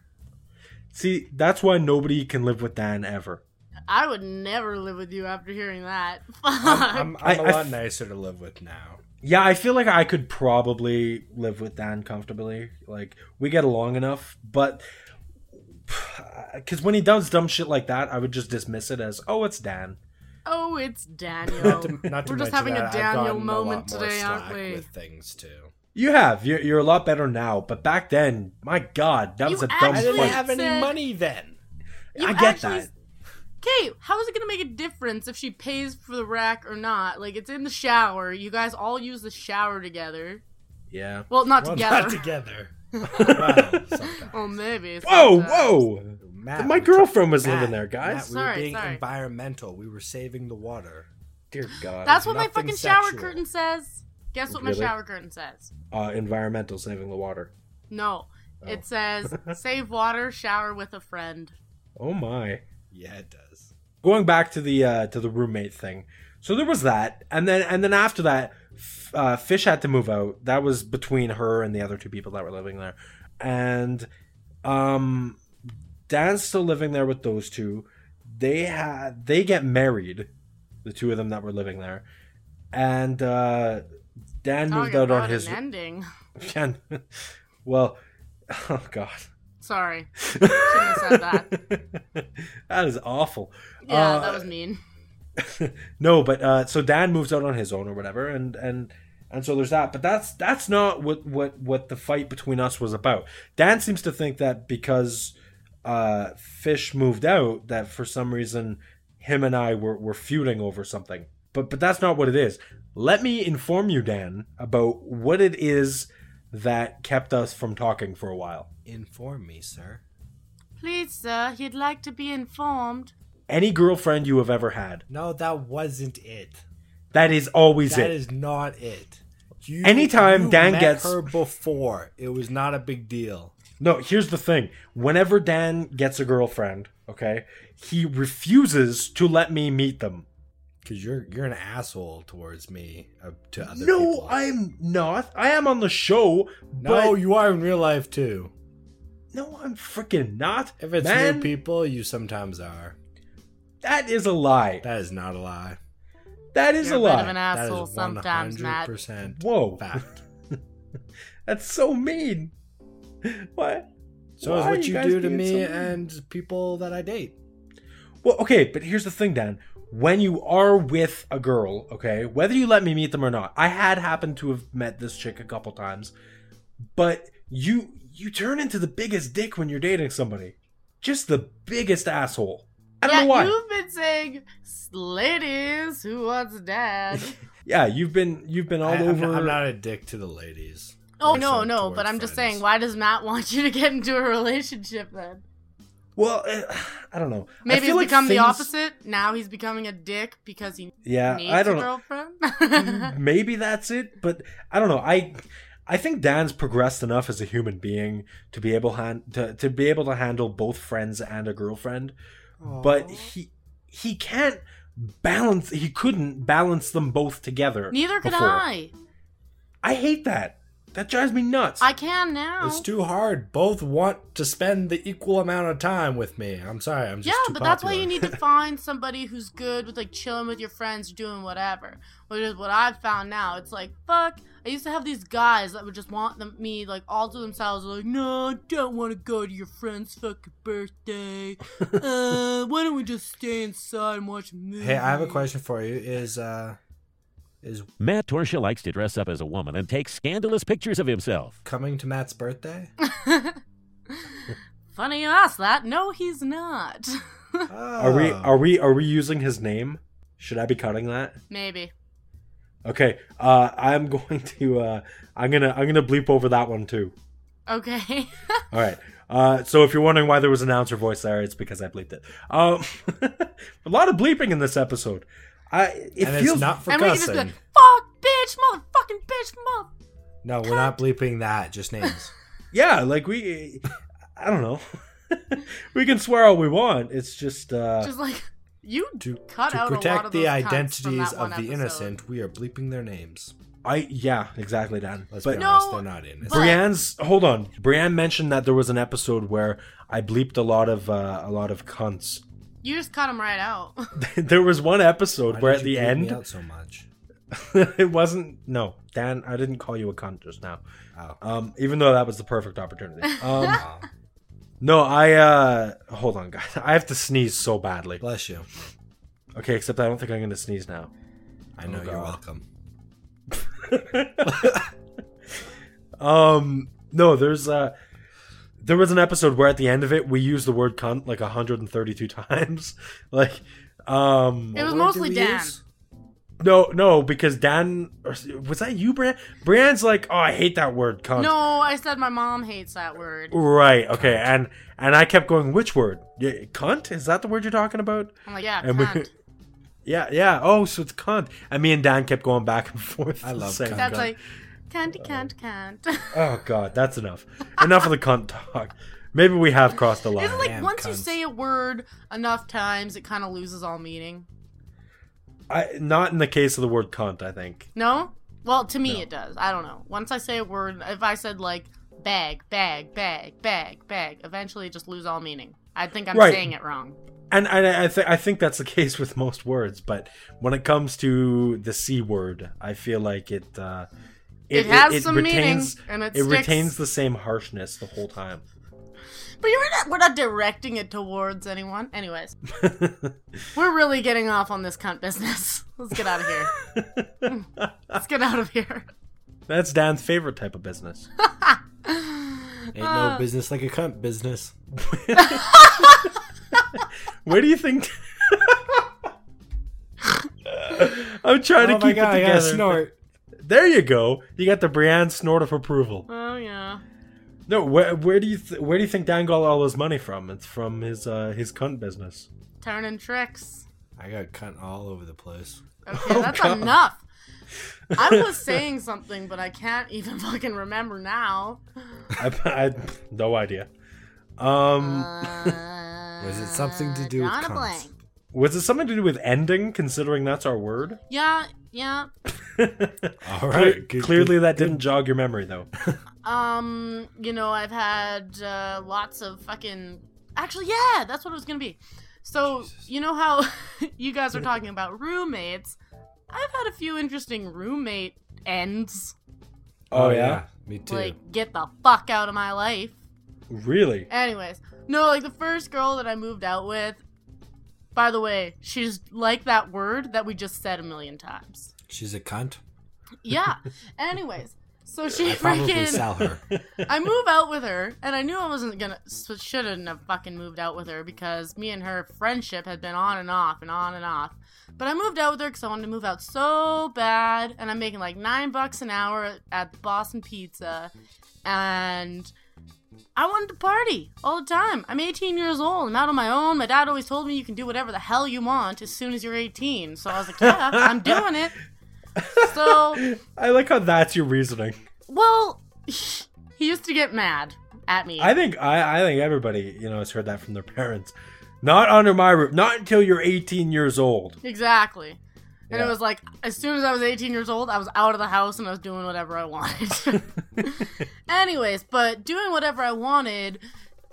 See, that's why nobody can live with Dan ever.
I would never live with you after hearing that. [laughs] Fuck.
I'm, I'm a
I- I
lot
f-
nicer to live with now.
Yeah, I feel like I could probably live with Dan comfortably. Like we get along enough, but [sighs] because when he does dumb shit like that, I would just dismiss it as, "Oh, it's Dan."
oh,
[laughs]
it's Daniel.
Not to
We're
mention
just having a
that I've
Daniel
gotten a lot
moment
more
today, aren't
slack
we?
With things too.
You have. You're, you're a lot better now, but back then, my God, that
You
was a dumb
actually
I didn't
Like-
fight.
have any
Said-
money then.
You
I get
actually-
that.
Okay, how is it gonna make a difference if she pays for the rack or not? Like it's in the shower. You guys all use the shower together.
Yeah.
Well, not
Well,
together.
not
[laughs]
together. well, sometimes.
Oh, maybe.
Whoa,
sometimes.
whoa!
Matt,
My
we
girlfriend was
Matt,
living there, guys.
Matt, we
Sorry,
were being
sorry.
environmental. We were saving the water.
Dear God.
That's what my
Nothing
fucking shower
sexual.
curtain says. Guess what my
Really?
shower curtain says?
uh, environmental saving the water.
No.
[laughs]
It says save water, shower with a friend.
Oh my.
Yeah, it does.
going back to the uh, to the roommate thing. So there was that, and then and then after that, F- uh, Fish had to move out. That was between her and the other two people that were living there, and um, Dan's still living there with those two. They had they get married, the two of them that were living there, and uh, Dan
Talk
moved out
about
on his.
an ending. [laughs]
And, well, oh god,
Sorry. Shouldn't have said that.
[laughs] that is awful.
Yeah,
Uh,
that was mean.
no, but uh, so Dan moves out on his own or whatever, and and and so there's that. But that's that's not what what what the fight between us was about. Dan seems to think that because uh, Fish moved out, that for some reason him and I were were feuding over something. But but that's not what it is. Let me inform you, Dan, about what it is that kept us from talking for a while.
Inform me, sir.
Please, sir, you'd like to be informed.
Any girlfriend you have ever had,
No, that wasn't it.
that is always
That
it.
is not it. You,
Anytime
you
Dan
met
gets-
her before, it was not a big deal.
No, here's the thing. Whenever Dan gets a girlfriend, okay, he refuses to let me meet them.
Cause you're you're an asshole towards me uh, to other
no,
people.
I'm not. I am on the show,
no,
but
you are in real life too.
no, I'm freaking not.
If it's
Man,
new people, you sometimes are.
that is a lie.
That is not a lie.
That is
You're
a
a bit of
lie.
an asshole
that is
sometimes, Matt.
100%
Whoa,
Fact.
that's so mean. [laughs] what?
So is
Why are
what you,
guys
do to
being
me
so mean?
and people that I date.
Well, okay, but here's the thing, Dan. When you are with a girl, okay, whether you let me meet them or not, I had happened to have met this chick a couple times, but you you turn into the biggest dick when you're dating somebody. Just the biggest asshole. I don't
yeah,
know why.
you've been saying, ladies, who wants dad?
[laughs]
yeah, you've been you've been all
I, am
over.
not, I'm not a dick to the ladies.
oh,
Or
no,
some
no,
toward
but I'm just
friends.
saying, why does Matt want you to get into a relationship then?
well, eh, I don't know. I
Maybe
feel
he's
like
become the
things-
opposite. Now he's becoming a dick because he
Yeah,
needs
I don't
a
know. [laughs]
girlfriend.
maybe that's it but i don't know i i think dan's progressed enough as a human being to be able han- to, to be able to handle both friends and a girlfriend but he he can't balance he couldn't balance them both together
Neither can
before.
I.
i hate that that drives me nuts
I can now.
It's too hard. Both want to spend the equal amount of time with me. I'm sorry, I'm just
yeah,
too
but that's why you
popular. [laughs]
need to find somebody who's good with like chilling with your friends, doing whatever. Which is what I've found now. It's like fuck. I used to have these guys that would just want them, me like all to themselves. Like, no, I don't want to go to your friend's fucking
[laughs]
birthday. uh, why don't we just stay inside and watch a movie?
Hey, I have a question for you. Is uh is
Matt Torsha likes to dress up as a woman and take scandalous pictures of himself.
coming to Matt's birthday?
[laughs] Funny you ask that. No, he's not. [laughs] Oh.
are we are we are we using his name should i be cutting that
Maybe.
okay uh i'm [laughs] going to uh i'm gonna i'm gonna bleep over that one too
Okay.
All right. Uh, so if you're wondering why there was an announcer voice there, it's because I bleeped it. Um, [laughs] a lot of bleeping in this episode. I it
and
feels
it's not for
and we can just
cussing.
be like, fuck, bitch, motherfucking bitch, mother.
no, we're not bleeping that. Just names.
[laughs]
yeah, like [laughs] we. I don't know. we can swear all we want. It's just uh,
Just like [laughs] You
To,
cut
to
out a lot
protect
of
the
those cunts from
identities
that
of
one
the
episode.
innocent, we are bleeping their names.
I yeah, exactly, Dan.
Let's
but
be honest,
No,
they're not innocent.
but-
Brienne's hold on. Brienne mentioned that there was an episode where I bleeped a lot of uh, a lot of cunts. [laughs]
You just cut them right out. [laughs]
there was one episode
Why
where
did
at
you
the
bleep me
end
out so much.
[laughs] it wasn't no Dan. I didn't call you a cunt just now.
Oh.
[laughs] Um, even though that was the perfect opportunity. Um,
Wow.
no, I uh, hold on, guys. [laughs] I have to sneeze so badly.
Bless you.
Okay, except I don't think I'm gonna sneeze now.
I know you're
Oh, God.
welcome.
Um, no, there's uh there was an episode where at the end of it we used the word cunt like 132 [laughs] times. like um
It was
What word
mostly
did we
Dan.
use?
no no because Dan or, was that you Bran? Bran's like, "Oh, I hate that word cunt."
no, I said my mom hates that word.
Right. Okay. And and I kept going, "Which word? Yeah, cunt? Is that the word you're talking about?"
I'm like, yeah,
And we-
[laughs]
cunt.
[laughs] Yeah, yeah. Oh, so it's cunt. And me and Dan kept going back and forth.
I love
saying
cunt.
That's like, cunt, cunt, cunt. [laughs]
Oh god, that's enough. enough of the cunt talk. Maybe we have crossed the line.
Isn't like
am
once you
Oh, cunts.
say a word enough times, it kind of loses all meaning?
I not in the case of the word cunt, I think.
No? Well, to me it does. I don't know. Once I say a word, if I said like bag, bag, bag, bag, bag, eventually just lose all meaning. I think I'm
Right.
saying it wrong.
And, and I, th- I think that's the [laughs] case with most words, but when it comes to the c word, I feel like it uh,
It has some meaning, and it
it
sticks.
retains the same harshness the whole time.
But you're not, we're not directing it towards anyone.
[laughs]
Anyways, we're really getting off on this cunt business. [laughs] Let's get out of here.
[laughs]
Let's get out of here.
That's Dan's favorite type of business.
Ain't
Ah.
no business like a cunt business.
Where do you think? [laughs] I'm trying
Oh
to keep it together. There you go. You got the Brienne snort of approval.
Oh, yeah.
No, where where do you th- where do you think Dan got all his money from? It's from his uh, his cunt business.
Turning tricks.
I got cunt all over the place.
Okay,
Oh,
that's enough.
[laughs]
I was saying something, but I can't even [laughs] fucking remember now.
[laughs]
I, I no idea. Um,
Was
it something to
Uh,
do with cunts?
was it something to do with ending? Considering that's our word.
Yeah, yeah.
All right.
Cle-
good-
Clearly,
good-
that didn't jog your memory though.
Um, you know, I've had uh, lots of fucking. Actually, yeah, that's what it was gonna be. So you know how [laughs] you guys are talking about roommates. I've had a few interesting roommate ends.
Oh, yeah?
Me too.
Like, get the fuck out of my life.
Really?
Anyways, no, like the first girl that I moved out with. By the way, she's like that word that we just said a million times.
She's a
[laughs]
cunt.
Yeah. Anyways, so she
I probably
freaking.
sell her.
I move out with her, and I knew I wasn't gonna, so shouldn't have fucking moved out with her because me and her friendship had been on and off and on and off. But I moved out with her because I wanted to move out so bad, and I'm making like nine bucks an hour at Boston Pizza, and I wanted to party all the time. I'm 18 years old. I'm out on my own. My dad always told me you can do whatever the hell you want as soon as you're 18. So I was like, yeah, I'm doing it. So
I like how that's your reasoning.
well, [laughs] he used to get mad at me.
I think I, I think everybody you know has heard that from their parents. Not under my roof. Not until you're 18 years old.
exactly. And
Yeah.
it was like, as soon as I was 18 years old, I was out of the house and I was doing whatever
[laughs]
I wanted. Anyways, but doing whatever I wanted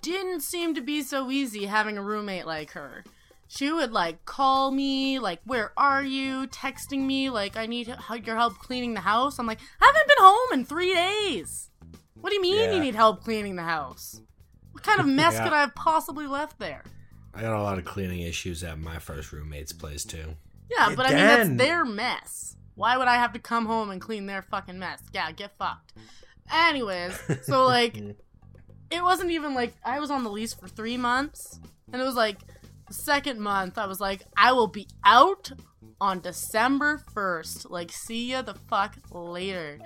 didn't seem to be so easy having a roommate like her. She would like call me, like, where are you? Texting me, like, I need h- your help cleaning the house. I'm like, I haven't been home in three days. What do you mean
Yeah.
you need help cleaning the house? What kind
[laughs]
of mess
Yeah.
could I have possibly left there?
I got a lot of cleaning issues at my first roommate's place too.
Yeah,
Yeah,
but I mean that's
Dan.
their mess. Why would I have to come home and clean their fucking mess? Yeah, get fucked. Anyways, so like it wasn't even like I was on the lease for 3 months and it was like the second month I was like I will be out on December 1st. Like see ya the fuck later.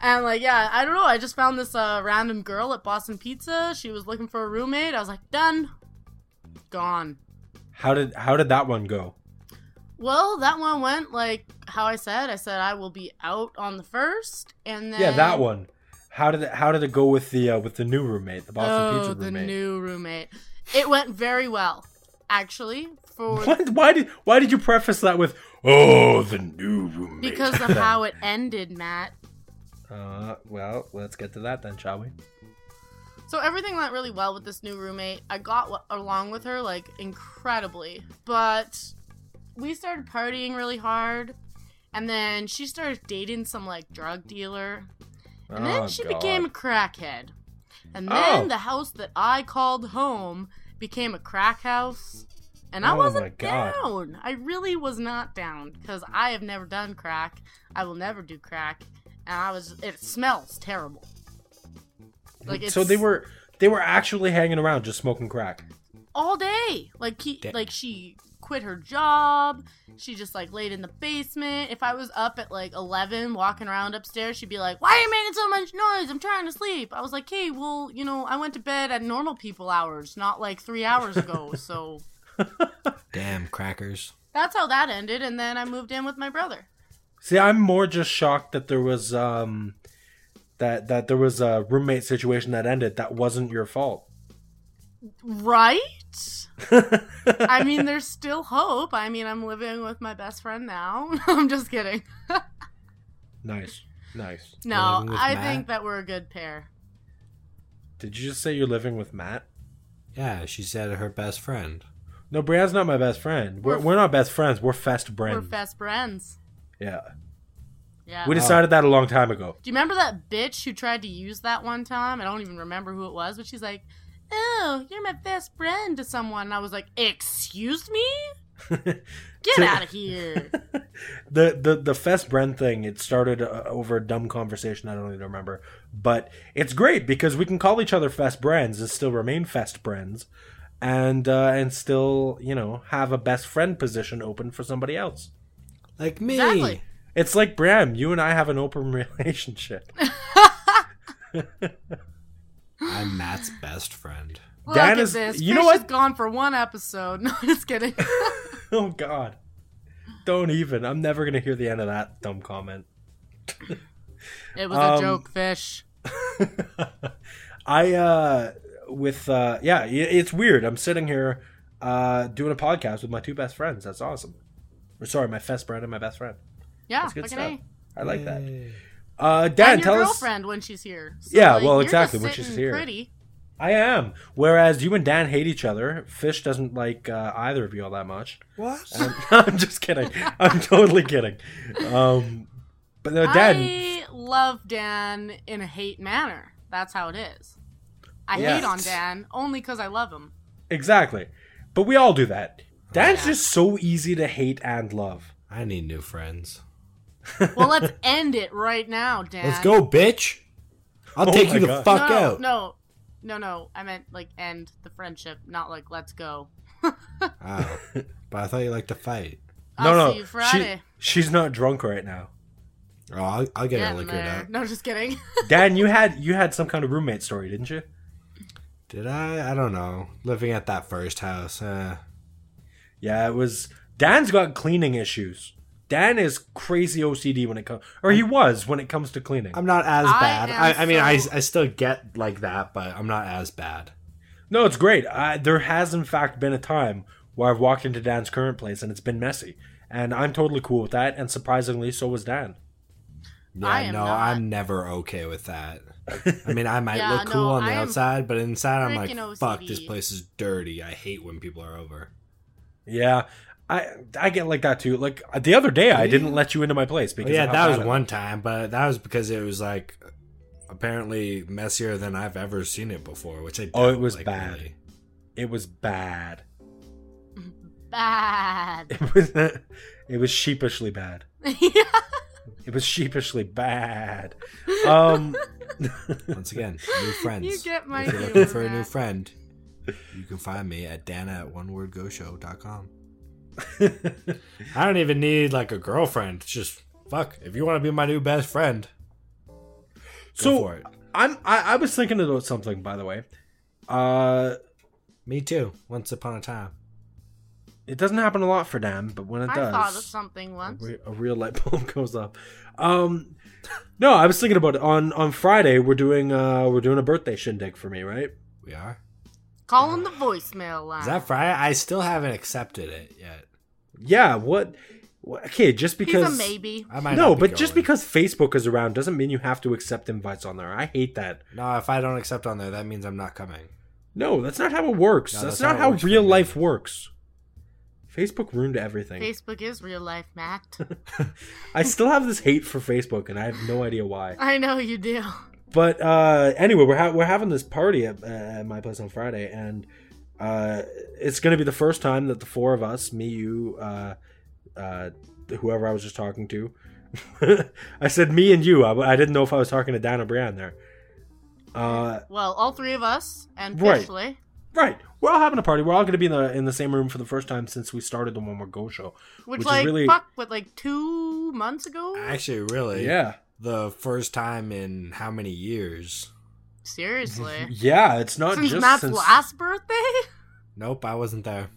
and like yeah, I don't know, I just found this uh, random girl at Boston Pizza. She was looking for a roommate. I was like, "Done. Gone."
How did how did that one go?
Well, that one went like how I said. I said I will be out on the first, and then
Yeah, that one. How did it, how did it go with the uh, with the new roommate, the Boston
oh,
Pizza
the
roommate?
new roommate. It went very well, actually. for
What? Why did why did you preface that with oh the new roommate?
because
[laughs]
of how it ended, Matt.
Uh, well, let's get to that then, shall we?
So everything went really well with this new roommate. I got w- along with her like incredibly, but we started partying really hard, and then she started dating some like drug dealer, and then
Oh,
she
God.
became a crackhead, and then
Oh.
the house that I called home became a crack house, and I
Oh, my
wasn't
God.
down. I really was not down because I have never done crack. I will never do crack, and I was. It smells terrible. Like it's,
so they were they were actually hanging around just smoking crack.
all day. Like he,
Da-
like she quit her job. She just like laid in the basement. If I was up at like eleven walking around upstairs, she'd be like, "Why are you making so much noise? I'm trying to sleep." I was like, "Hey, well, you know, I went to bed at normal people hours, not like three
[laughs]
hours ago." so
Damn crackers.
that's how that ended. And then I moved in with my brother.
See, I'm more just shocked that there was um that that there was a roommate situation that ended that wasn't your fault.
Right?
[laughs]
I mean, there's still hope. I mean, I'm living with my best friend now. [laughs] I'm just kidding.
Nice, nice.
No,
living with
I
Matt?
think that we're a good pair.
Did you just say you're living with Matt?
Yeah, she said her best friend.
No, Brienne's not my best friend. We're,
We're-
we're, not best friends. We're fest friends.
We're best friends.
yeah,
Yeah.
we decided that a long time ago.
Do you remember that bitch who tried to use that one time? I don't even remember who it was, but she's like, "Oh, you're my best friend" to someone, and I was like, "Excuse
[laughs]
me? Get
So-
out
[laughs]
of here!"
the the the fest Bren thing it started uh, over a dumb conversation I don't even remember but it's great because we can call each other fest Brens and still remain fest Brens and uh, and still you know have a best friend position open for somebody else
Like me.
Exactly.
it's like Bram you and I have an open [laughs] relationship
[gasps] I'm Matt's best friend.
Look
That
at
is-
this.
you
Fish
know what?
is gone for one episode. [laughs] No, just kidding.
oh god don't even I'm never gonna hear the end of that dumb comment
It was
Um,
a joke, fish.
I uh with uh yeah i- it's weird I'm sitting here uh doing a podcast with my two best friends that's awesome or sorry my fest Bren and my best friend
Yeah,
That's good
fucking
stuff.
a.
I like that.
Yay.
Uh, Dan,
I'm your
tell us.
girlfriend when she's here. So,
Yeah,
like,
well,
you're
exactly,
just
when she's
sitting
here.
Pretty.
I am. Whereas you and Dan hate each other, Fish doesn't like uh, either of you all that much. [laughs]
What?
And- I'm [laughs] just kidding. I'm totally kidding. Um, but no, Dan.
I love Dan in a hate manner. That's how it is. I
Yeah.
hate on Dan only because I love him.
Exactly. But we all do that. Dan's just so easy to hate and love.
I need new friends. [laughs]
Well, let's end it right now, Dan.
Let's go, bitch. I'll
Oh
take
my
you the
God.
No,
fuck
no,
out.
No, no, no. I meant like end the friendship, not like let's go.
[laughs]
Oh, but I thought you liked to fight.
I'll
no, no.
see you Friday.
She, she's not drunk right now.
Oh, I'll, I'll get her
Get
liquored
there.
up.
No, just
[laughs]
kidding.
Dan, you had you had some kind of roommate story, didn't you?
Did I? I don't know. Living at that first house. Uh,
Yeah, it was. Dan's got cleaning issues. Dan is crazy OCD when it comes, or he was when it comes to cleaning.
I'm not as
I
bad.
am
I, I mean, I,
so-
I still get like that, but I'm not as bad.
No, it's great. I, there has, in fact, been a time where I've walked into Dan's current place and it's been messy. And I'm totally cool with that. And surprisingly, so was Dan.
Yeah,
I am
no,
not.
I'm never okay with that. I mean, I might
[laughs] Yeah,
look cool
no,
on the
I am
outside, but inside I'm like,
freaking
fuck,
OCD.
this place is dirty. I hate when people are over.
Yeah, I I get like that too. Like the other day, I didn't let you into my place
Well,
because
Oh, yeah,
of how
that was
bad it-
one time, but that was because it was like apparently messier than I've ever seen it before, which I
Oh, it
don't
was
like,
bad. [laughs]
really.
It was bad. [laughs]
Bad.
It was it was sheepishly bad.
[laughs] yeah.
It was sheepishly bad. Um,
Once again, new friends.
[laughs] You get my
If you're
humor,
looking for a new
Matt.
friend, you can find me at Dana at onewordgoshow.com. I don't even need like a girlfriend. It's just fuck. If you want to be my new best friend, go
so
for it.
I'm I, I was thinking about something by the way. Uh,
Me too. Once upon a time.
it doesn't happen a lot for Dan, but when it
I
does,
thought of something once.
re- a real light bulb [laughs] goes up. Um, no, I was thinking about it. on on Friday. We're doing uh, we're doing a birthday shindig for me, right?
We are.
Calling the voicemail line.
Is that Friday? I still haven't accepted it yet.
Yeah, what? what- Okay, just because.
He's a maybe.
I might
No,
not be
but just
going.
because Facebook is around doesn't mean you have to accept invites on there. I hate that.
no, if I don't accept on there, that means I'm not coming.
No, that's not how it works.
No,
that's,
that's
not
how it
how
works for
real
me.
life works. Facebook ruined everything.
Facebook is real life,
[laughs]
Matt.
I still have this hate for Facebook, and I have no idea why.
I know you do.
But uh, anyway, we're ha- we're having this party at, at my place on Friday, and uh, it's going to be the first time that the four of us—me, you, uh, uh, whoever I was just talking [laughs] to—I said me and you. uh, I, I didn't know if I was talking to Dan or Brian there. Uh,
Well, all three of us and
Right.
Fishley.
right, we're all having a party. We're all going to be in the in the same room for the first time since we started the One More Go show.
Which,
Which is
like,
really-
fuck, what, like two months ago?
Actually, really,
Yeah,
the first time in how many years? [laughs]
Seriously.
yeah, it's not
since
Oh, just
Matt's
since.
last birthday?
Nope, I wasn't there.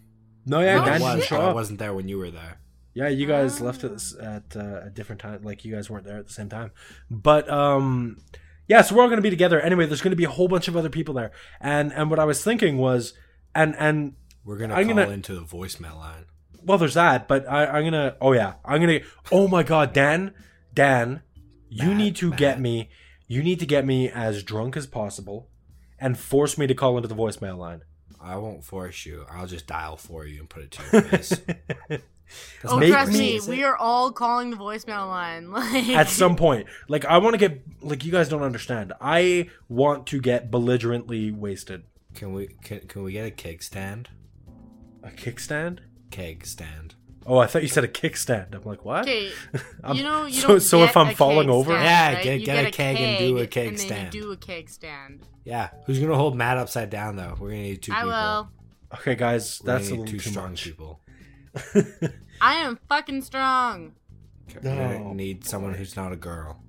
no, yeah,
Oh,
Dan
I
shit.
didn't
was,
show
but I
up.
wasn't there when you were there.
Yeah, you guys left at s- at uh, a different time. Like you guys weren't there at the same time. But um, yeah, so we're all gonna be together anyway. There's gonna be a whole bunch of other people there, and and what I was thinking was, and and
We're gonna
I'm
call
gonna-
into the voicemail line.
well, there's that. But I, I'm gonna. Oh yeah, I'm gonna. Oh my god, Dan, Dan, you
Matt,
need to
Matt.
get me. You need to get me as drunk as possible, and force me to call into the voicemail line.
I won't force you. I'll just dial for you and put it to
[laughs]
your face. That's
Oh,
Make
trust
me-
me,
is
we
it?
are all calling the voicemail line. [laughs] Like,
at some point. Like I want to get like you guys don't understand. I want to get belligerently wasted.
Can we can, can we get a keg stand?
A kickstand?
Keg stand.
Oh, I thought you said a kickstand. I'm like, what?
Okay,
[laughs] I'm-
you know, you
so-
don't
so
get
if I'm
a
falling
keg
over?
stand,
Yeah,
right?
get-
You
get a keg and do a keg
and then you
stand.
do a keg stand.
Yeah, who's gonna hold Matt upside down though? We're gonna need two
I
people.
will.
Okay, guys,
We're gonna
that's a
need
little
two
too
strong
much.
people.
I am fucking strong.
Okay,
No.
We're gonna need someone who's not a girl.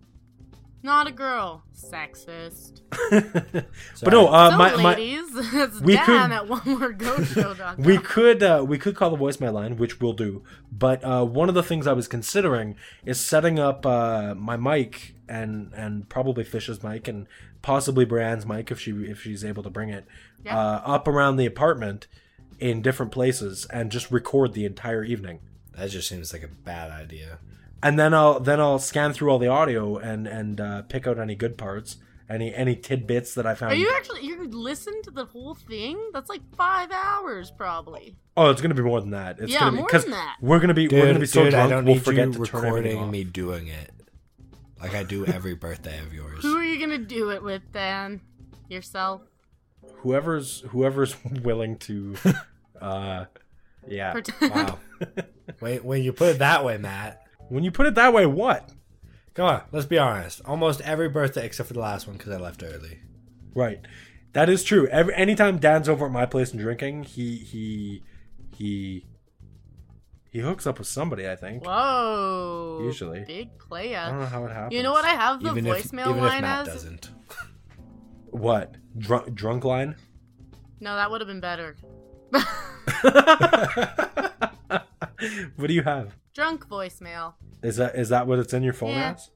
Not a girl. Sexist.
[laughs] but no, uh,
so,
my, my
ladies, [laughs] it's
we
Dan
could-
at one word
[laughs]
go show.com.
we could uh, we could call the voicemail line, which we'll do. But uh, one of the things I was considering is setting up uh, my mic and and probably Fish's mic and possibly Brianne's mic if she if she's able to bring it
Yeah.
uh, up around the apartment in different places and just record the entire evening.
That just seems like a bad idea.
and then I'll then I'll scan through all the audio and and uh, pick out any good parts, any any tidbits that I found.
Are you actually you listened to the whole thing? That's like five hours probably.
oh, it's gonna be more than that. It's
Yeah,
gonna be,
more
'cause
than that.
We're gonna be we're gonna be so
dude,
drunk
I don't
we'll
need
forget
you
to turn everything
recording
off.
me doing it, like
[laughs]
I do every birthday of yours.
Who are you gonna do it with, Dan? Yourself?
Whoever's whoever's [laughs] willing to, uh, yeah.
Pretend-
Wow. when, when you put it that way, Matt.
When you put it that way, what?
Come on, let's be honest. Almost every birthday except for the last one because I left early.
Right, that is true. Every anytime Dan's over at my place and drinking, he he he he hooks up with somebody. I think.
Whoa.
Usually.
Big play
I don't
up.
know how it happens.
You know what I have the
even if,
voicemail
even if
line
Matt
as?
doesn't.
What drunk drunk line?
No, that would have been better.
[laughs] what do you have?
drunk voicemail.
Is that is that what it's in your phone
Yeah.
as?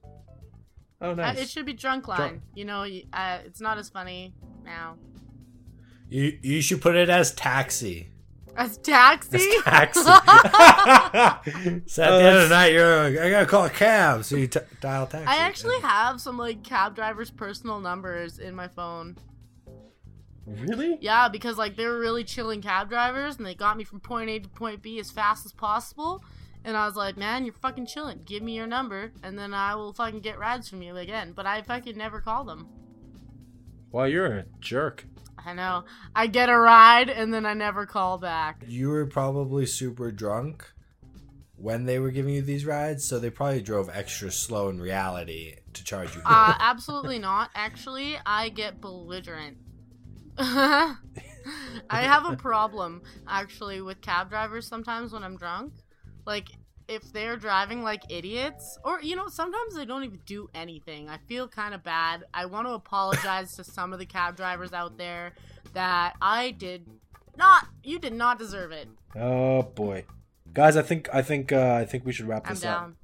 Oh,
Uh,
nice. [laughs]
it should be drunk line.
Drunk.
You know, you- uh, it's not as funny now.
You you should put it as taxi.
As taxi?
It's taxi.
So at the
Uh,
end of the night, you're like, I gotta call a cab. So you t- dial taxi. [laughs]
[laughs] I actually have some like cab drivers' personal numbers in my phone.
really?
Yeah, because like they were really chilling cab drivers and they got me from point A to point B as fast as possible. And I was like, man, you're fucking chilling. Give me your number and then I will fucking get rides from you again. But I fucking never call them.
Well, you're a jerk.
I know. I get a ride and then I never call back.
You were probably super drunk when they were giving you these rides, so they probably drove extra slow in reality to charge you.
Uh, absolutely not. Actually, I get belligerent. [laughs] I have a problem actually with cab drivers sometimes when I'm drunk. Like if they're driving like idiots, or you know, sometimes they don't even do anything. I feel kind of bad. I want to apologize to some of the cab drivers out there that I did not. You did not deserve it.
Oh boy, guys, I think I think uh, I think we should wrap
I'm
this
down.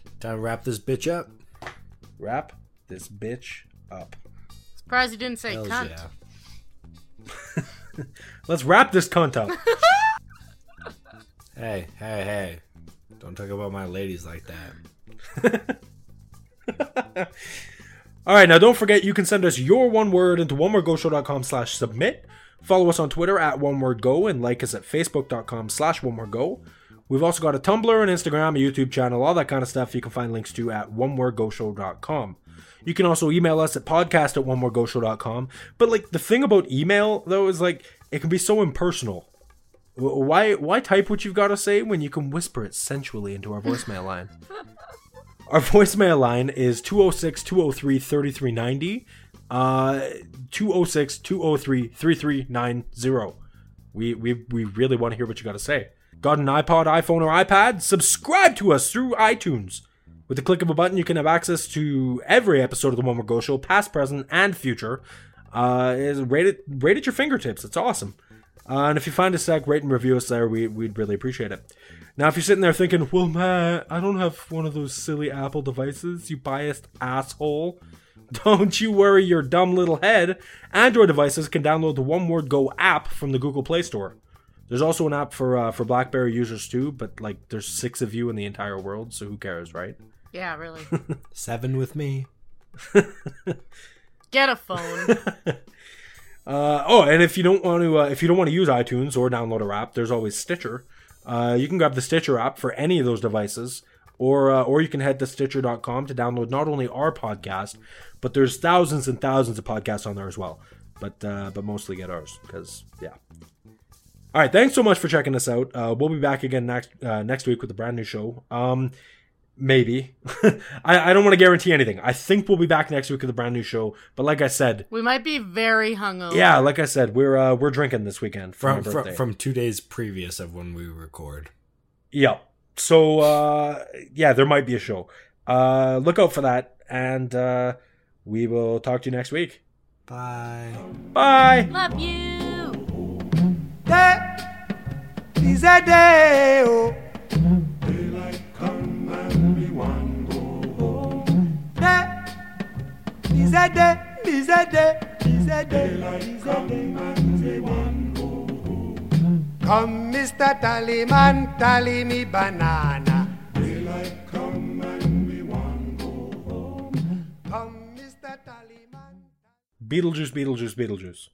up.
Time to wrap this bitch up.
Wrap this bitch up.
Surprised you didn't say
Hells
cunt.
yeah.
Let's wrap this cunt up.
Hey, hey, hey. Don't talk about my ladies like that.
All right, now don't forget you can send us your one word into onemordgoshow.com slash submit. Follow us on Twitter at one word go and like us at facebook.com slash one word go. We've also got a Tumblr, an Instagram, a YouTube channel, all that kind of stuff you can find links to at onewordgoshow.com. You can also email us at podcast at onewordgoshow.com. But like the thing about email though is like it can be so impersonal. W- Why why type what you've got to say when you can whisper it sensually into our voicemail line? Our [laughs] voicemail line is 206 203 3390. Uh, 206 203 3390. We we really want to hear what you got to say. Got an iPod, iPhone, or iPad? Subscribe to us through iTunes. With the click of a button, you can have access to every episode of the One More Go Show, past, present, and future. Uh, is right at right at your fingertips. It's awesome. Uh, and if you find us, like, rate and review us there. We we'd really appreciate it. Now, if you're sitting there thinking, "Well, Matt, I don't have one of those silly Apple devices," you biased asshole. [laughs] Don't you worry your dumb little head. Android devices can download the One Word Go app from the Google Play Store. There's also an app for uh, for BlackBerry users too, but like there's six of you in the entire world, so who cares, right?
Yeah, really.
Seven with me.
Get a phone.
Uh, oh, and if you don't want to, uh, if you don't want to use iTunes or download a app, there's always Stitcher. Uh, you can grab the Stitcher app for any of those devices, or uh, or you can head to Stitcher.com to download not only our podcast, but there's thousands and thousands of podcasts on there as well. But uh, but mostly get ours because yeah. All right, thanks so much for checking us out. Uh, we'll be back again next uh, next week with a brand new show. Um, maybe [laughs] I, I don't want to guarantee anything. I think we'll be back next week with a brand new show. But like I said,
we might be very hungover.
yeah, like I said, we're uh, we're drinking this weekend for
From,
my
from
birthday.
from two days previous of when we record.
yeah. So uh, yeah, there might be a show. Uh, look out for that, and uh, we will talk to you next week.
Bye.
Bye.
Love you.
day is a day. Oh. Day is a day, is a day, is a day, is a day. Come, Mr. Tallyman, tally me banana. Come, Mr. Tallyman.
Beetlejuice, Beetlejuice, Beetlejuice.